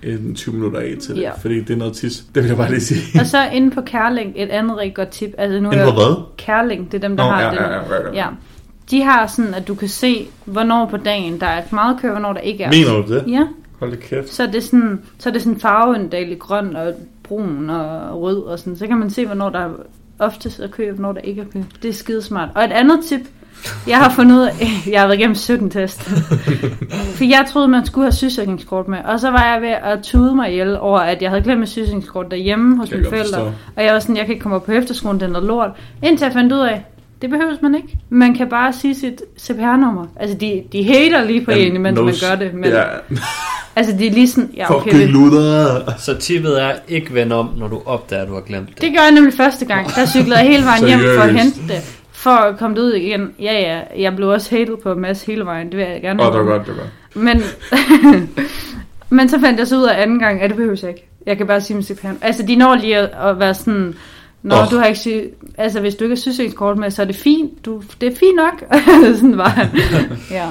øh, end 20 minutter af til det.
Ja.
Fordi det er noget tis. Det vil jeg bare lige sige.
Og så inde på Kærling, et andet rigtig godt tip. Altså, nu er
Inden på
jeg-
hvad?
Kærling, det er dem, der
Nå,
har
ja,
det.
ja, ja, ja, ja.
ja. De har sådan, at du kan se, hvornår på dagen der er et meget kø, og hvornår der ikke er.
Mener du det?
Ja,
Hold da kæft.
så er det sådan, så er det sådan farveindel i grøn og brun og rød og sådan. Så kan man se, hvornår der er oftest er kø, og hvornår der ikke er kø. Det er skidesmart. Og et andet tip, Jeg har fundet ud af, jeg har været igennem 17 test. For jeg troede, man skulle have sygesikringskort med. Og så var jeg ved at tude mig ihjel over, at jeg havde glemt mit sygesikringskort derhjemme hos
Kan jeg godt
mine forældre.
forstå.
Og jeg var sådan, jeg kan ikke komme op på efterskolen, den er noget lort. Indtil jeg fandt ud af, det behøves man ikke. Man kan bare sige sit CPR-nummer. Altså, de, de hater lige på en, mens man gør det. Men,
Ja,
Altså, de er lige sådan, ja, okay,
fucking
det,
luder.
Så tippet er, ikke vend om, når du opdager, at du har glemt det.
Det gør jeg nemlig første gang. Der cyklede jeg hele vejen hjem for at
Seriøst?
hente det. For at komme det ud igen. Ja, ja. Jeg blev også hated på en masse hele vejen. Det vil jeg gerne
Åh, det var
indrømme.
godt, det var godt.
Men, men så fandt jeg så ud af anden gang, at det behøves jeg ikke. Jeg kan bare sige med CPR. Altså, de når lige at, at være sådan... Når
Åh.
oh. du har ikke sy- altså, hvis du ikke har sygesikringskort med, så er det fint. Du, det er fint nok. sådan var han. ja.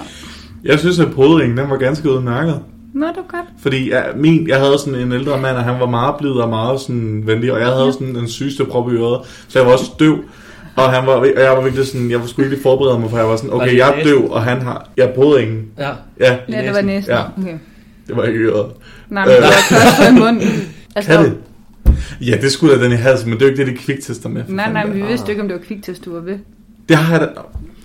Jeg synes, at podringen, den var ganske udmærket.
Nå, det var godt.
Fordi jeg, min, jeg havde sådan en ældre mand, og han var meget blid og meget sådan venlig, og jeg havde sådan den sygeste prop i øret, så jeg var også døv. Og han var, og jeg var virkelig sådan, jeg skulle ikke forberede mig, for jeg var sådan,
Var det
okay, jeg er
næsen?
døv, og han har, jeg prøvede ingen.
Ja.
Ja,
Ja, det var næsten.
Ja.
Ja. Okay.
det var ikke i øret.
Nej, men det var kost i munden. Altså,
Kan det? Ja, det skulle da den i halsen, men det er jo ikke det, de kviktester med. for
Nej,
fanden
nej, men
da.
vi vidste jo ikke, om det var kviktest, du var ved.
Det har jeg da.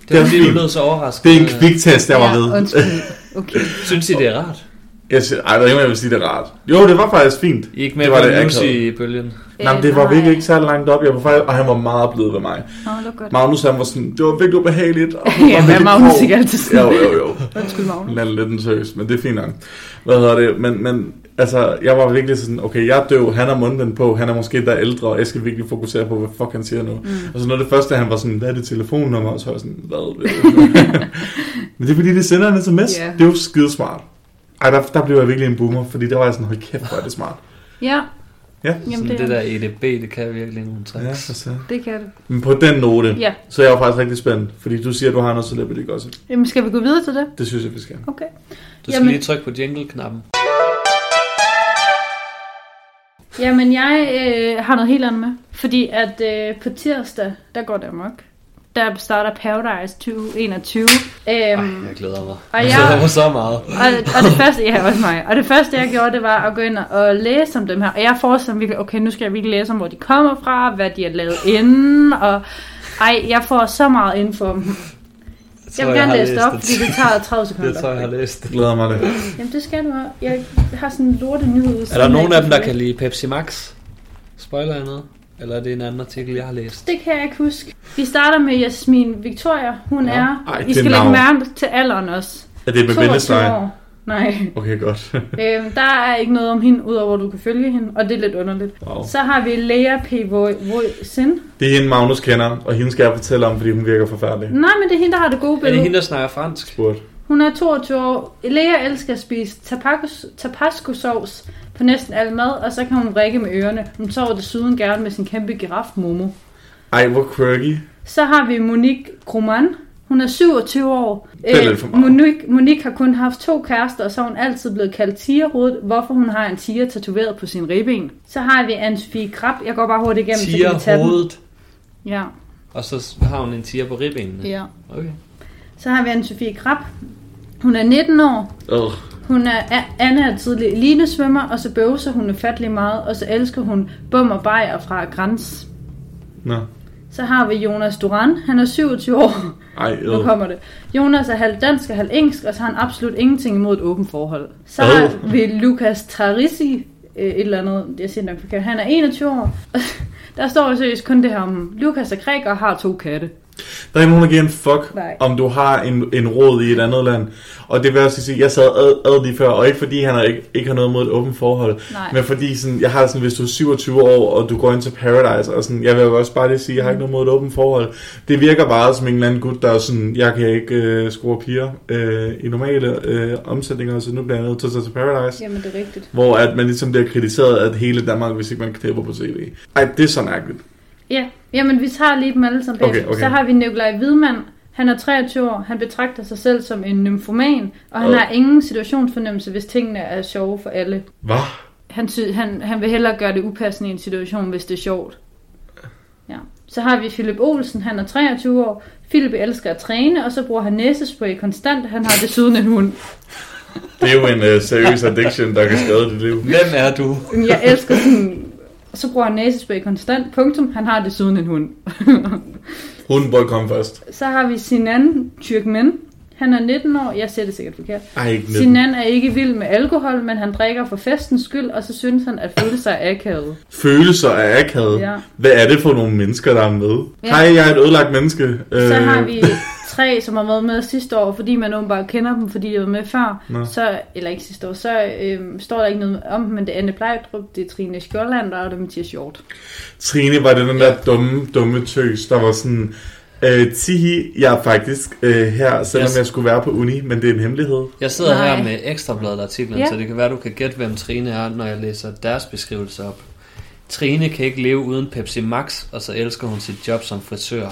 Det
er
var fordi, du
fint.
lød så
Det
overrasket.
er en kviktest, jeg var ved.
Øh, Ja, undskyld. Okay.
Synes I, det er rart?
Jeg siger, ej, der er ikke, om jeg vil sige, det er rart. Jo, det var faktisk fint.
I er ikke med
det var
på
det
news
akavet.
i bølgen.
Øh,
Nej, men det var virkelig ikke særlig langt op. Jeg var faktisk, og han var meget blid ved mig.
Nå, det var godt.
Magnus han var sådan, det var virkelig ubehageligt. Og hun var
Ja, men
virkelig
Magnus
grov.
ikke altid sådan.
Jo, jo, jo.
Undskyld,
Han
Magnus.
er lidt en seriøs, men det er fint nok. Hvad hedder det? Men, men altså, jeg var virkelig sådan, okay, jeg er døv, han har mundbind på, han er måske der ældre, og jeg skal virkelig fokusere på, hvad fuck han siger nu. Mm. Og så noget af det første, han var sådan, hvad er det telefonnummer? Og så var jeg sådan, hvad ved du? men det er fordi, det sender en sms.
Ja.
Yeah. Det er jo skidesmart. Ej, der, der blev jeg virkelig en boomer, fordi der var jeg sådan, hold kæft, hvor er det smart.
Ja,
Ja,
jamen
Sådan
det,
det, der EDB, det kan virkelig nogle
ja
tricks.
for så.
det kan det.
Men på den note,
Ja,
så er jeg jo faktisk rigtig spændt, fordi du siger, at du har noget celebrity gossip.
jamen skal vi gå videre til det?
Det synes jeg, vi skal.
Okay.
Du skal
Jamen.
lige trykke på jingle-knappen.
Jamen, jeg øh, har noget helt andet med. Fordi at øh, på tirsdag, der går det amok. Der starter Paradise 2021. Øhm,
Ej, jeg glæder mig.
og
Jeg
jeg...
glæder mig så meget.
Og, og, det første, ja, også mig. Og det første, jeg gjorde, det var at gå ind og læse om dem her. Og jeg forestillede mig virkelig, okay, nu skal jeg virkelig læse om, hvor de kommer fra, hvad de har lavet inden, og ej, jeg får så meget info om dem. Jeg vil gerne læse det op, fordi det tager 30 sekunder.
Jeg tror, jeg har læst det.
Jeg glæder mig det.
Jamen, det skal du også. Jeg har sådan en lorte nyhed.
Er der nogen af dem, der kan lide Pepsi Max? Spoiler jeg noget? Eller er det en anden artikel, jeg har læst?
Det kan jeg ikke huske. Vi starter med Jasmin Victoria. Hun
Nå.
er...
Ej,
I
det
skal
navn.
lægge mærke til alderen også.
Er det med
22
vendestreg?
år. Nej.
Okay, godt.
Øhm, der er ikke noget om hende, udover at du kan følge hende, og det er lidt underligt.
Wow.
Så har vi Lea P. Voisin.
Det er hende, Magnus kender, og hende skal jeg fortælle om, fordi hun virker forfærdelig.
Nej, men det er hende, der har det gode
Er det
billede.
hende, der snakker fransk?
Spurgt.
Hun er 22 år. Lea elsker at spise tapacos, tapasco-sovs på næsten al mad, og så kan hun række med ørerne. Hun sover desuden gerne med sin kæmpe giraf Momo.
Ej, hvor quirky.
Så har vi Monique Grumann. Hun er 27 år. Øh,
Det er lidt for meget.
Monique, Monique har kun haft to kærester, og så er hun altid blevet kaldt tigerhovedet, hvorfor hun har en tiger tatoveret på sin ribben. Så har vi Anne-Sophie Krab. Jeg går bare hurtigt igennem, så kan vi
Tiger
tage den.
hovedet,
Ja,
og så har hun en tiger på ribbenene.
ja.
Okay.
Så har vi Anne-Sophie Krab. Hun er 19 år.
Øh.
Hun er, A- Anna er tidlig elitesvømmer, og så bøvser hun ufattelig meget, og så elsker hun bum og bajer fra græns.
Nå.
Så har vi Jonas Duran. Han er 27 år.
Ej, øh.
Nu kommer det. Jonas er halv dansk og halv engelsk, og så har han absolut ingenting imod et åbent forhold. Så har vi Lukas Trarisi, øh, et eller andet, jeg siger nok forkert. Han er 21 år. Der står jo seriøst kun det her om, Lukas er græker og har to katte.
Der er ikke nogen, der giver en fuck,
Nej.
om du har en, en råd i et andet land. Og det vil jeg også sige, jeg sad ad, ad lige før, og ikke fordi han er, ikke, ikke har noget mod et åbent forhold,
Nej.
men fordi sådan, jeg har sådan, hvis du er 27 år, og du går ind til Paradise, og sådan, jeg vil jo også bare lige sige, jeg har ikke noget mod et åbent forhold. Det virker bare som en eller anden gut, der er sådan, jeg kan ikke øh, score piger øh, i normale øh, omsætninger, så nu bliver jeg nødt til at tage til Paradise.
Jamen, det er rigtigt.
Hvor at man ligesom bliver kritiseret at hele Danmark, hvis ikke man knæpper på tv. Ej, det er så mærkeligt.
Ja, jamen vi tager lige dem alle sammen
Okay,
okay,
okay.
okay. Så har vi Nikolaj Hvidmand. Han er 23 år. Han betragter sig selv som en nymphoman, og han
Øh.
har ingen situationsfornemmelse, hvis tingene er sjove for alle.
Hvad?
Han, sy- han, han vil hellere gøre det upassende i en situation, hvis det er sjovt. Ja. Så har vi Philip Olsen, han er 23 år. Philip elsker at træne, og så bruger han næsespray konstant. Han har desuden en hund.
Det er jo en uh, seriøs addiction, der kan skade dit liv.
Hvem er du?
Men Jeg elsker sådan... Så bruger han næsespray konstant, punktum. Han har desuden en hund.
Hun burde komme først.
Så har vi Sinan Tyrkmen. Han er 19 år. Jeg ser det sikkert forkert.
Ej, ikke nitten.
Sinan er ikke vild med alkohol, men han drikker for festens skyld, og så synes han at føle sig akavet.
Følelser af akavet.
Ja.
Hvad er det for nogle mennesker, der er med?
Ja.
Hej, jeg er et ødelagt menneske. Øh,
Så har vi tre, som har været med sidste år, fordi man åbenbart kender dem, fordi de var med før.
Nå.
Så, eller ikke sidste år, så øhm, står der ikke noget om dem, men det er Anne Plejdrup, det er Trine Skjoldlander og det er Mathias Hjort.
Trine var det den der dumme, dumme tøs, der var sådan... Øh, tihi, jeg er faktisk øh, her, selvom
Yes.
yes. jeg skulle være på uni, men det er en hemmelighed.
Jeg sidder
Nej.
Nej. her med ekstrabladet artiklen,
Ja.
ja. så det kan være, du kan gætte, hvem Trine er, når jeg læser deres beskrivelse op. Trine kan ikke leve uden Pepsi Max, og så elsker hun sit job som frisør.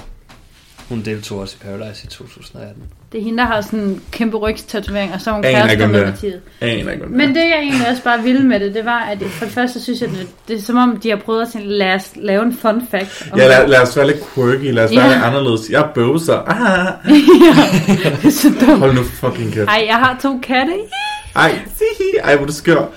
Hun deltog også i Paradise i 2018.
Det er hende, der har sådan en kæmpe rygstatovering, og så er hun
Aner ikke,
kærester
om
med
det er.
Mathias.
Aner ikke,
Men det jeg egentlig også bare ville med det, det var, at for det første synes jeg, at det er som om, de har prøvet at sige, lad os lave en fun fact. om
Ja, lad, lad os være lidt quirky, lad os være
Ja.
lidt anderledes. Jeg er bøvser. Ah,
Ja, det er så dumt.
hold nu fucking kæft.
Ej, jeg har to katte.
Ej, tihi, ej, hvor er du skør.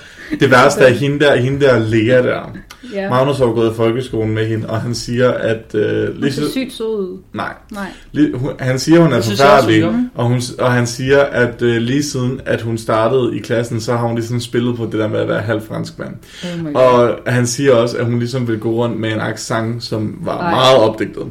Det værste er hende der, hende der Lea der.
Ja.
Magnus har jo gået i folkeskolen med hende, og han siger, at... Øh,
Hun ser
Lise,
sygt sød ud.
nej,
Nej.
Lige- hun- han siger, hun er
Jeg synes også, hun
forfærdelig,
gjorde
og, hun, og han siger, at øh, lige siden, at hun startede i klassen, så har hun ligesom spillet på det der med at være halv fransk mand.
Oh my God.
Og han siger også, at hun ligesom ville gå rundt med en accent, som var
Ej.
Ej. meget opdigtet.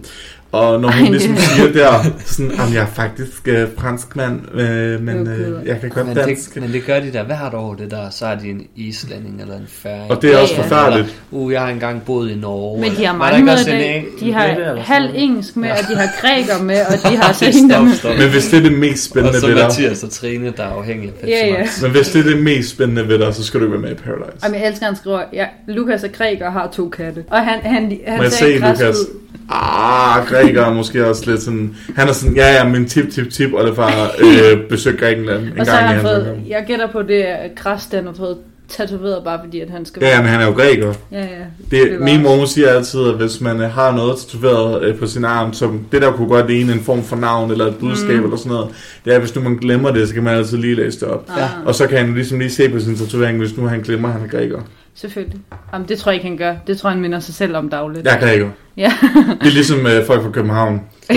Og når hun
Ej,
Ej, ligesom
det-
siger der, sådan, at jeg er faktisk øh, fransk mand, øh, men øh, jeg kan godt
Men
dansk.
det, men det gør de der hvert år, det der. Så er de en islænding eller en færing.
Og det er
Ja,
også
ja.
forfærdeligt.
Eller, uh, jeg har engang boet i Norge.
Men de har
Var der
mange
ikke
med i
også en
dag.
eng-
De
en lille
har
eller sådan
halv
noget?
engelsk med, og de har græker med, og de har så
Stop,
hende der med.
stop.
Men hvis det er det mest
Og
spændende
så
ved dig,
Mathias og Trine, der er afhængige af Pepsi
Ja, ja.
Max.
men hvis det er det mest spændende ved dig, så skal du ikke være med i Paradise.
Jamen, jeg elsker, han skriver, ja, Lukas er græker og har to katte. Og han, han, han
Må jeg
ser
se,
ikke rask
Lukas?
ud.
Ah, grækere er måske også lidt sådan... Han er sådan, ja, ja, men tip, tip, tip, og det er bare øh, besøg Grækenland en
Og
gang i
så har han
hans
fået,
fået...
jeg gætter på det, at græs, den har fået tatoveret, bare fordi, at han skal
Ja, ja, men han er jo græker.
ja, ja.
Det,
Det var-
min mor hun siger altid, at hvis man øh, har noget tatoveret øh, på sin arm, som det der kunne godt ligne en form for navn eller et budskab mm. eller sådan noget, det er, at hvis nu man glemmer det, så kan man altid lige læse det op.
Ja.
Og så kan han ligesom lige se på sin tatovering, hvis nu han glemmer, at han er græker.
Selvfølgelig. Jamen, det tror jeg ikke, han gør. Det tror jeg, han minder sig selv om dagligt.
Jeg er græker.
Ja.
Det er ligesom øh, folk fra København.
ja.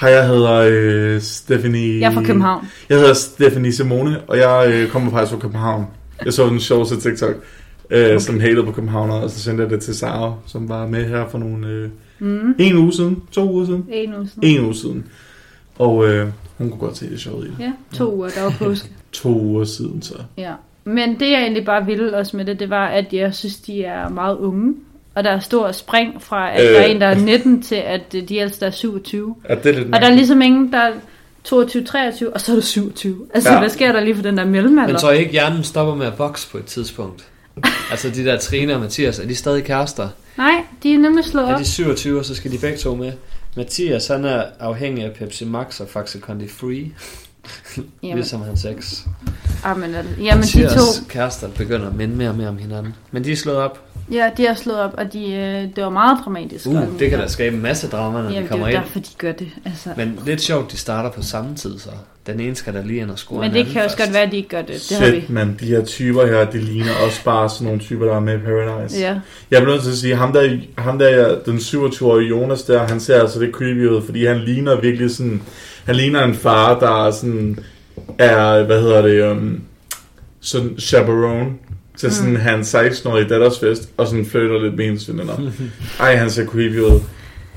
Hej, jeg hedder øh, Stephanie...
Jeg er fra København.
Jeg hedder Stephanie Simone, og jeg øh, kommer faktisk fra København. Jeg så den sjoveste TikTok, øh, okay. som hatede på København, og så sendte jeg det til Sara, som var med her for nogle... Øh,
Mm.
en uge siden, to uger siden,
En uge siden.
en uge siden. Og øh, hun kunne godt se det sjovt i det.
Ja, to uger, der var påske.
To uger siden så.
Ja. Men det jeg egentlig bare ville også med det, det var, at jeg synes, de er meget unge. Og der er stor spring fra, at øh. der er
Øh.
en, der er 19 til, at øh, de ældste der er 27.
Ja, det er lidt
Og der er ligesom ingen, der er 22, 23, og så er du 27. Altså, ja.
Ja.
hvad sker der lige for den der
Men
mellemalder?
tror jeg ikke, hjernen stopper med at vokse på et tidspunkt? altså de der Trine og Mathias, er de stadig kærester?
Nej, de er nemlig slået
Er
op.
de 27, og så skal de begge to med? Mathias, han er afhængig af Pepsi Max og Faxe Condi Free, Jamen.
Jamen,
ligesom hans eks.
jamen, altså- jamen de
Mathias
to,
kærester begynder at minde mere og mere om hinanden. Men de er slået op.
ja, de er slået op, og de, øh, det var meget dramatisk. og alt
Uh, det
muligt.
kan da skabe en masse drama, når de
Jamen, det
kommer
er jo
ind.
derfor, de gør det. Altså. Men,
Men lidt sjovt, de starter på samme tid, så. Den ene skal da lige ind og score
men
en
det
anden
kan også
først.
godt være, at de ikke gør det. Det har vi.
Shit, mand. De her typer her, de ligner også bare sådan nogle typer, der er med i Paradise.
Ja.
Jeg bliver nødt til at sige, ham der, ham der den 27-årige Jonas der, han ser altså lidt creepy ud, fordi han ligner virkelig sådan, han ligner en far, der er sådan, er, hvad hedder det, um, sådan chaperone til sådan mm. hans 16-årige datters fest, og sådan flytter lidt med hendes veninder. Ej, han ser creepy ud.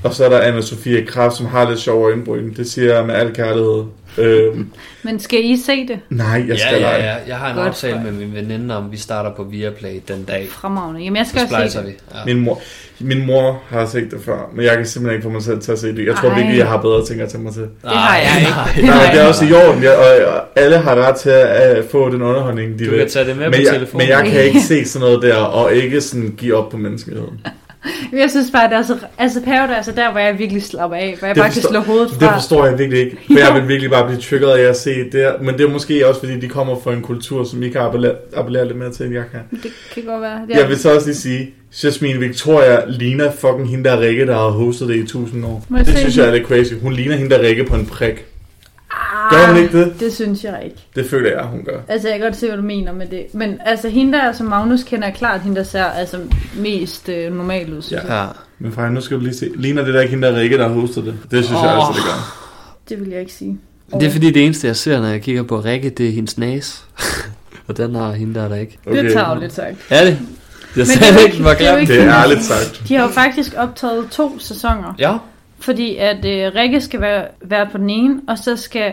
Og så er der Anna-Sophia Kraft, som har lidt sjov øjenbryn. Det siger jeg med al kærlighed. Øh,
Men skal I se det?
nej, jeg skal
Ja,
ej.
ja, ja. Jeg har en
Godt
aftale
for-
med min veninde om, vi starter på Viaplay den dag.
Fremragende. Jamen, jeg
Så
skal også se
splicer
det.
vi. Ja.
Min mor, min mor har set det før, men jeg kan simpelthen ikke få mig selv til at se det. Jeg tror
Ej.
virkelig, jeg har bedre ting at tage mig til.
Det har jeg ikke.
Nej,
Nej,
nej,
det er også i
nej.
orden, jeg, og, og alle har ret til at øh, få den underholdning, de
Du
vil.
kan tage det med
men,
på
jeg,
telefonen.
men jeg kan ikke se sådan noget der, og ikke sådan give op på menneskeheden.
Jeg synes bare, at det er så, altså Paradise er så der, hvor jeg virkelig slapper af, hvor jeg
Det
bare kan
forstår-
slå hovedet
Det
fra.
forstår jeg virkelig ikke, for jeg vil virkelig bare blive triggeret af at se det her. Men det er måske også, fordi de kommer fra en kultur, som I kan appellere, appellere lidt mere til, end jeg kan.
Det kan godt være. Det
Ja. Jeg vil så også lige sige, Jasmine Victoria ligner fucking hende der Rikke, der har hostet det i tusind år.
Må jeg
Det
se
synes jeg
hende? Ah.
er lidt crazy. Hun ligner hende der Rikke på en prik. Gør hun ikke det?
Det synes jeg ikke.
Det føler jeg, hun gør.
Altså, jeg kan godt se, hvad du mener med det. Men altså, hende der, som Magnus kender, er klart hende, der ser altså, mest øh, normal ud. synes
Ja.
jeg.
Ja.
Men Freja, nu skal du lige se. Ligner det der ikke hende der Rikke, der har hostet det? Det synes oh. jeg
Åh.
altså, det gør.
Det vil jeg ikke sige.
Det er fordi det eneste, jeg ser, når jeg kigger på Rikke, det er hendes næse. og den har hende der, der ikke.
Okay. Det er tageligt sagt.
Er det? Jeg
det er
sagde
jo
ikke, den var
ikke- det er jo
grim.
Det er ærligt sagt.
De har jo faktisk optaget to sæsoner.
Ja,
Fordi at øh, Rikke skal være, være på den ene, og så skal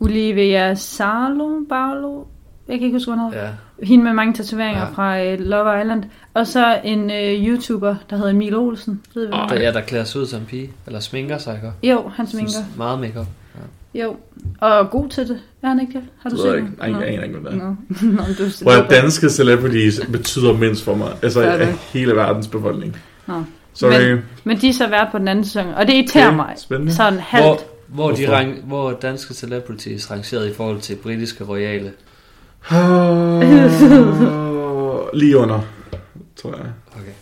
Olivia Salo, Barlo, jeg kan ikke huske, hvornår,
ja.
ja. hende med mange tatoveringer
Ja.
ja. fra øh, Love Island, og så en øh, YouTuber, der hedder Emil Olsen. Ved du, hvem
Der
han er?
er der klæder sig ud som pige. Eller sminker sig, ikke?
Jo, han sminker.
Synes Meget makeup.
Jo, og god til det. Er han ikke det? Har du
Det ved jeg
set
ikke.
det?
Nej, jeg aner ikke, hvad det er.
Nå, Nå, men du
Prøv at danske celebrities betyder mindst for mig. Altså
Gør det?
af hele verdens befolkning.
Nå.
Sorry.
Men- Men de er så været på den anden sæson, og det irriterer
Okay,
mig.
spændende.
Sådan
Hvor,
halvt.
hvor, de
Hvorfor?
rang, hvor danske celebrities rangeret i forhold til britiske royale.
Ah, Lige under, tror jeg.
Okay.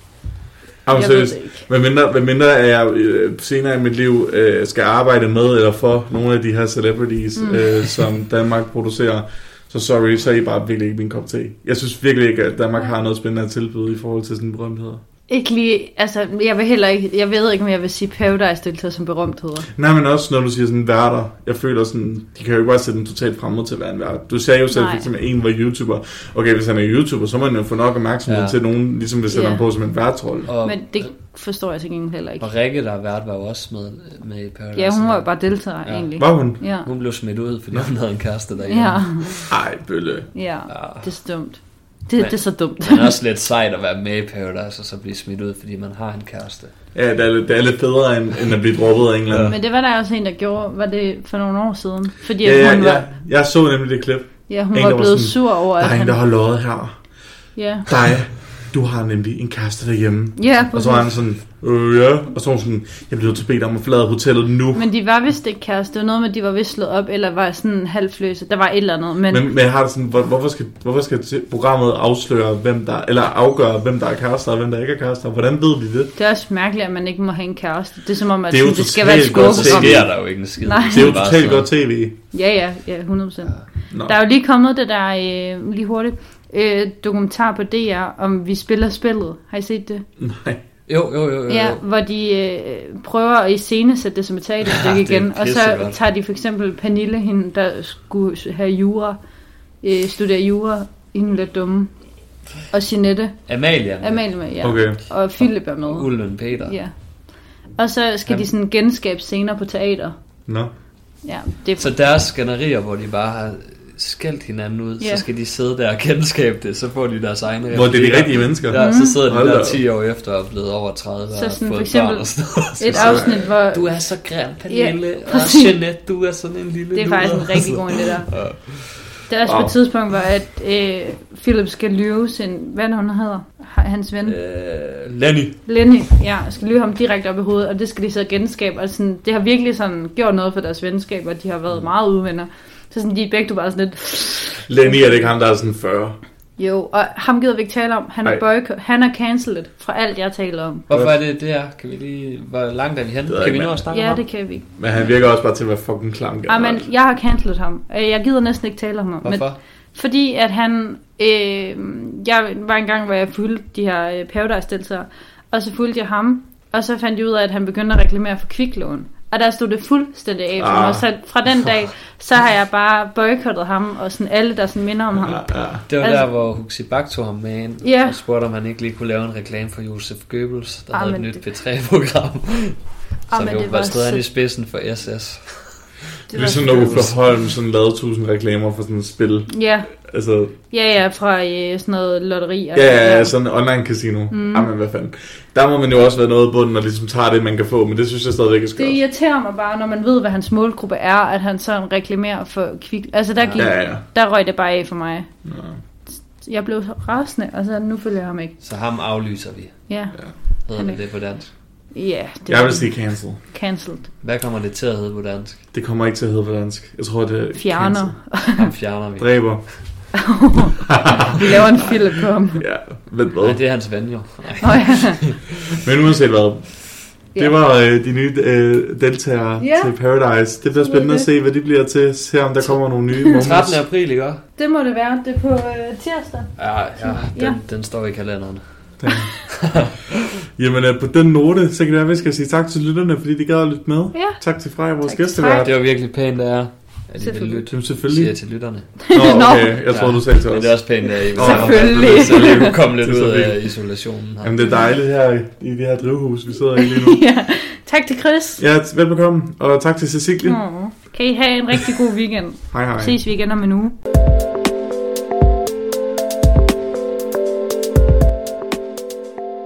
Jamen,
Jeg ved
seriøst.
det ikke.
Hvad mindre, hvad mindre er jeg øh, senere i mit liv øh, skal arbejde med eller for nogle af de her celebrities, mm. øh, som Danmark producerer, så sorry, så er I bare virkelig ikke min kop te. Jeg synes virkelig ikke, at Danmark har noget spændende at tilbyde i forhold til sådan berømtheder.
Ikke lige, altså, jeg vil heller ikke, jeg ved ikke, om jeg vil sige Paradise deltager som berømtheder.
Nej, men også når du siger sådan værter. Jeg føler sådan, de kan jo ikke bare sætte en totalt fremmed til at være en vært. Du sagde jo selv,
Nej.
at en var YouTuber. Okay, hvis han er YouTuber, så må han jo få nok opmærksomhed
Ja.
ja. til at nogen, ligesom vil sætte
Ja.
ham på som en værtrolle.
Og,
Men det forstår jeg til gengæld heller ikke.
og Rikke, der er vært, var jo også med, med i Paradise.
Ja, hun var jo bare deltager,
Ja.
ja. egentlig.
Var hun?
Ja.
Hun blev smidt ud, fordi hun havde en kæreste derinde.
Ja.
Ej, bølle.
ja,
Ja.
det er så dumt. Det, det er så dumt.
Men også lidt sejt at være med i Paradise, og så blive smidt ud, fordi man har en kæreste.
Ja, det er, lidt- det er lidt federe, end, end at blive droppet af en eller anden.
Men det var der også en, der gjorde, var det for nogle år siden? Fordi
Ja,
at
ja,
hun
ja.
var,
Jeg så nemlig det klip.
ja, hun
En,
var
der var
blevet
sådan,
sur over,
Der
at
er en,
han...
der har løjet her.
Ja,
Dig, du har nemlig en kæreste derhjemme.
ja
Og så var han sådan, øh ja. Og så var hun sådan, jeg bliver nødt til at bede dig om at forlade hotellet nu.
Men de var vist ikke kæreste. Det var noget med, at de var vist slået op, eller var sådan halvfløse. Der var et eller andet, men...
Men, men jeg har det sådan, hvor, hvorfor, skal, hvorfor skal t- programmet afsløre, hvem der, eller afgøre, hvem der er kærester og hvem der ikke er kærester? Hvordan ved de det?
Det er også mærkeligt, at man ikke må have en kæreste. Det er som om, at
Det er jo
sådan, det skal være et
totalt godt
Så
skoleprogram.
sker der jo ikke en skid.
Nej.
Det er jo
bare
totalt
sådan
godt tv.
Ja, ja, ja, 100%.
Nå.
Der er jo lige kommet det der, øh, lige hurtigt, øh, dokumentar på DR, om vi spiller spillet. Har I set det?
Nej.
Jo, jo, jo. jo.
Ja,
jo.
hvor de øh, prøver at iscenesætte det som et teaterstykke
Ja,
ja,
det er
igen. Og så
pissegodt.
tager de for eksempel Pernille, hende, der skulle have jura, øh, studere jura, hende lidt dumme. Og Jeanette,
Amalia. med.
Amalie med, ja.
Okay.
Og Philip er med.
Ulven Peter.
Ja. Og så skal
Jamen.
de sådan genskabe scener på teater.
Nå.
Ja, det er
Så deres skænderier, hvor de bare har skældt hinanden ud,
Ja.
så skal de sidde der og genskabe det, så får de deres egne
Hvor det er de
replikker.
rigtige mennesker.
Ja, så sidder de
Hold da
der
op.
10 år efter og er blevet over 30
Mhm. Så
og
sådan
har
for
fået
eksempel
børn og sådan noget.
et afsnit, hvor...
Du er så grim, Pernille,
Ja,
og
præcis.
Jeanette, du er sådan en lille
Det er faktisk en
luder.
rigtig god en, det der.
Ja.
Det er også på
Wow.
et tidspunkt, hvor at, øh, Philip skal lyve sin... Hvad er det, hun hedder? Hans ven. Øh.
Øh, Lenny.
Lenny, ja, skal lyve ham direkte op i hovedet, og det skal de så genskabe. Og sådan, det har virkelig sådan gjort noget for deres venskab, og de har været meget uvenner. Så sådan, de er begge to bare sådan lidt...
Lenny er det ikke ham, der er sådan 40.
Jo, og ham gider vi ikke tale om. Han er,
Nej.
boyko- han er cancelled fra alt, jeg taler om.
Hvorfor er det der? Kan vi lige... Hvor langt er vi hen?
Det ved jeg
Kan vi
ikke,
nå
mand.
at snakke
Ja,
om ham?
det kan vi ikke.
Men han virker også bare til at være fucking klam.
Ej,
generelt.
men jeg har cancelet ham. Øh, Jeg gider næsten ikke tale om ham.
Hvorfor?
fordi at han... Øh, jeg var engang, hvor jeg fulgte de her øh, paradise og så fulgte jeg ham, og så fandt jeg ud af, at han begyndte at reklamere for kviklån. Og der stod det fuldstændig af for
Ah.
mig. Så fra den dag, så har jeg bare boykottet ham, og sådan alle, der sådan minder om ham.
Ja, ja.
Det var
Altså-
der, hvor Huxi Bak tog ham med ind
Ja.
og spurgte, om han ikke lige kunne lave en reklame for Josef Goebbels, der
Ah,
havde et
men
nyt
det-
P3-program.
Ah,
Som
men
jo
det
var
var
stået han
så-
i spidsen for SS.
Det var
Ligesom
sådan-
når Uffe Holm sådan lavede tusind reklamer for sådan et spil.
Ja,
Altså,
ja, ja, fra øh, sådan noget lotteri. og-
ja, ja, ja, sådan online casino. Mm. Jamen, hvad fanden. Der må man jo også være noget i bunden og ligesom tager det, man kan få, men det synes jeg stadigvæk er
Det
skørt.
irriterer mig bare, når man ved, hvad hans målgruppe er, at han sådan reklamerer for kvik. Altså, der, gik,
Ja, ja.
der røg det bare af for mig.
Nå.
Jeg blev så rasende, og så nu følger jeg ham ikke.
Så ham aflyser vi.
Ja,
Hedder
Han
det
er-
det på dansk?
ja det
Jeg
var
vil sige cancel.
cancelled.
Hvad kommer det til at hedde på dansk?
Det kommer ikke til at hedde på dansk. Jeg tror, det er cancel.
Fjerner.
Ham fjerner vi.
Dræber.
Vi laver en film på ham.
Ja, vent hvad.
Nej, det er hans ven jo. Nej.
Nå, ja.
Men uanset hvad.
Ja.
Det var øh, de nye øh, deltagere
Ja.
til Paradise. Det bliver spændende at se, hvad de bliver til. Se om der kommer nogle nye moments.
13. april, ikke? også?
Det må det være. Det er på øh, tirsdag.
Ja, ja, den,
Ja.
den står i kalenderen.
Damn. Jamen, øh, på den note, så kan det være, at vi skal sige tak til lytterne, fordi de gad at lytte med.
Ja.
Tak til Freja, vores
Tak til
gæstevært.
Det var virkelig pænt af jer, at I vil
Selvfølgelig.
lytte.
Jamen,
Siger jeg
selvfølgelig.
til lytterne.
Nå,
Nå.
okay. Jeg tror,
Ja.
du sagde til
Men
os.
det er også pænt af I. vil
Åh,
Selvfølgelig.
Så lige kunne komme lidt
Det er så
ud af
fint.
isolationen her.
Jamen, det er dejligt her i, i det her drivhus, vi sidder i lige nu.
ja. Tak til Chris.
Ja, t- velbekomme. Og tak til Cecilie.
Nå. Kan I have en rigtig god weekend.
Hej hej.
Ses vi igen om en uge.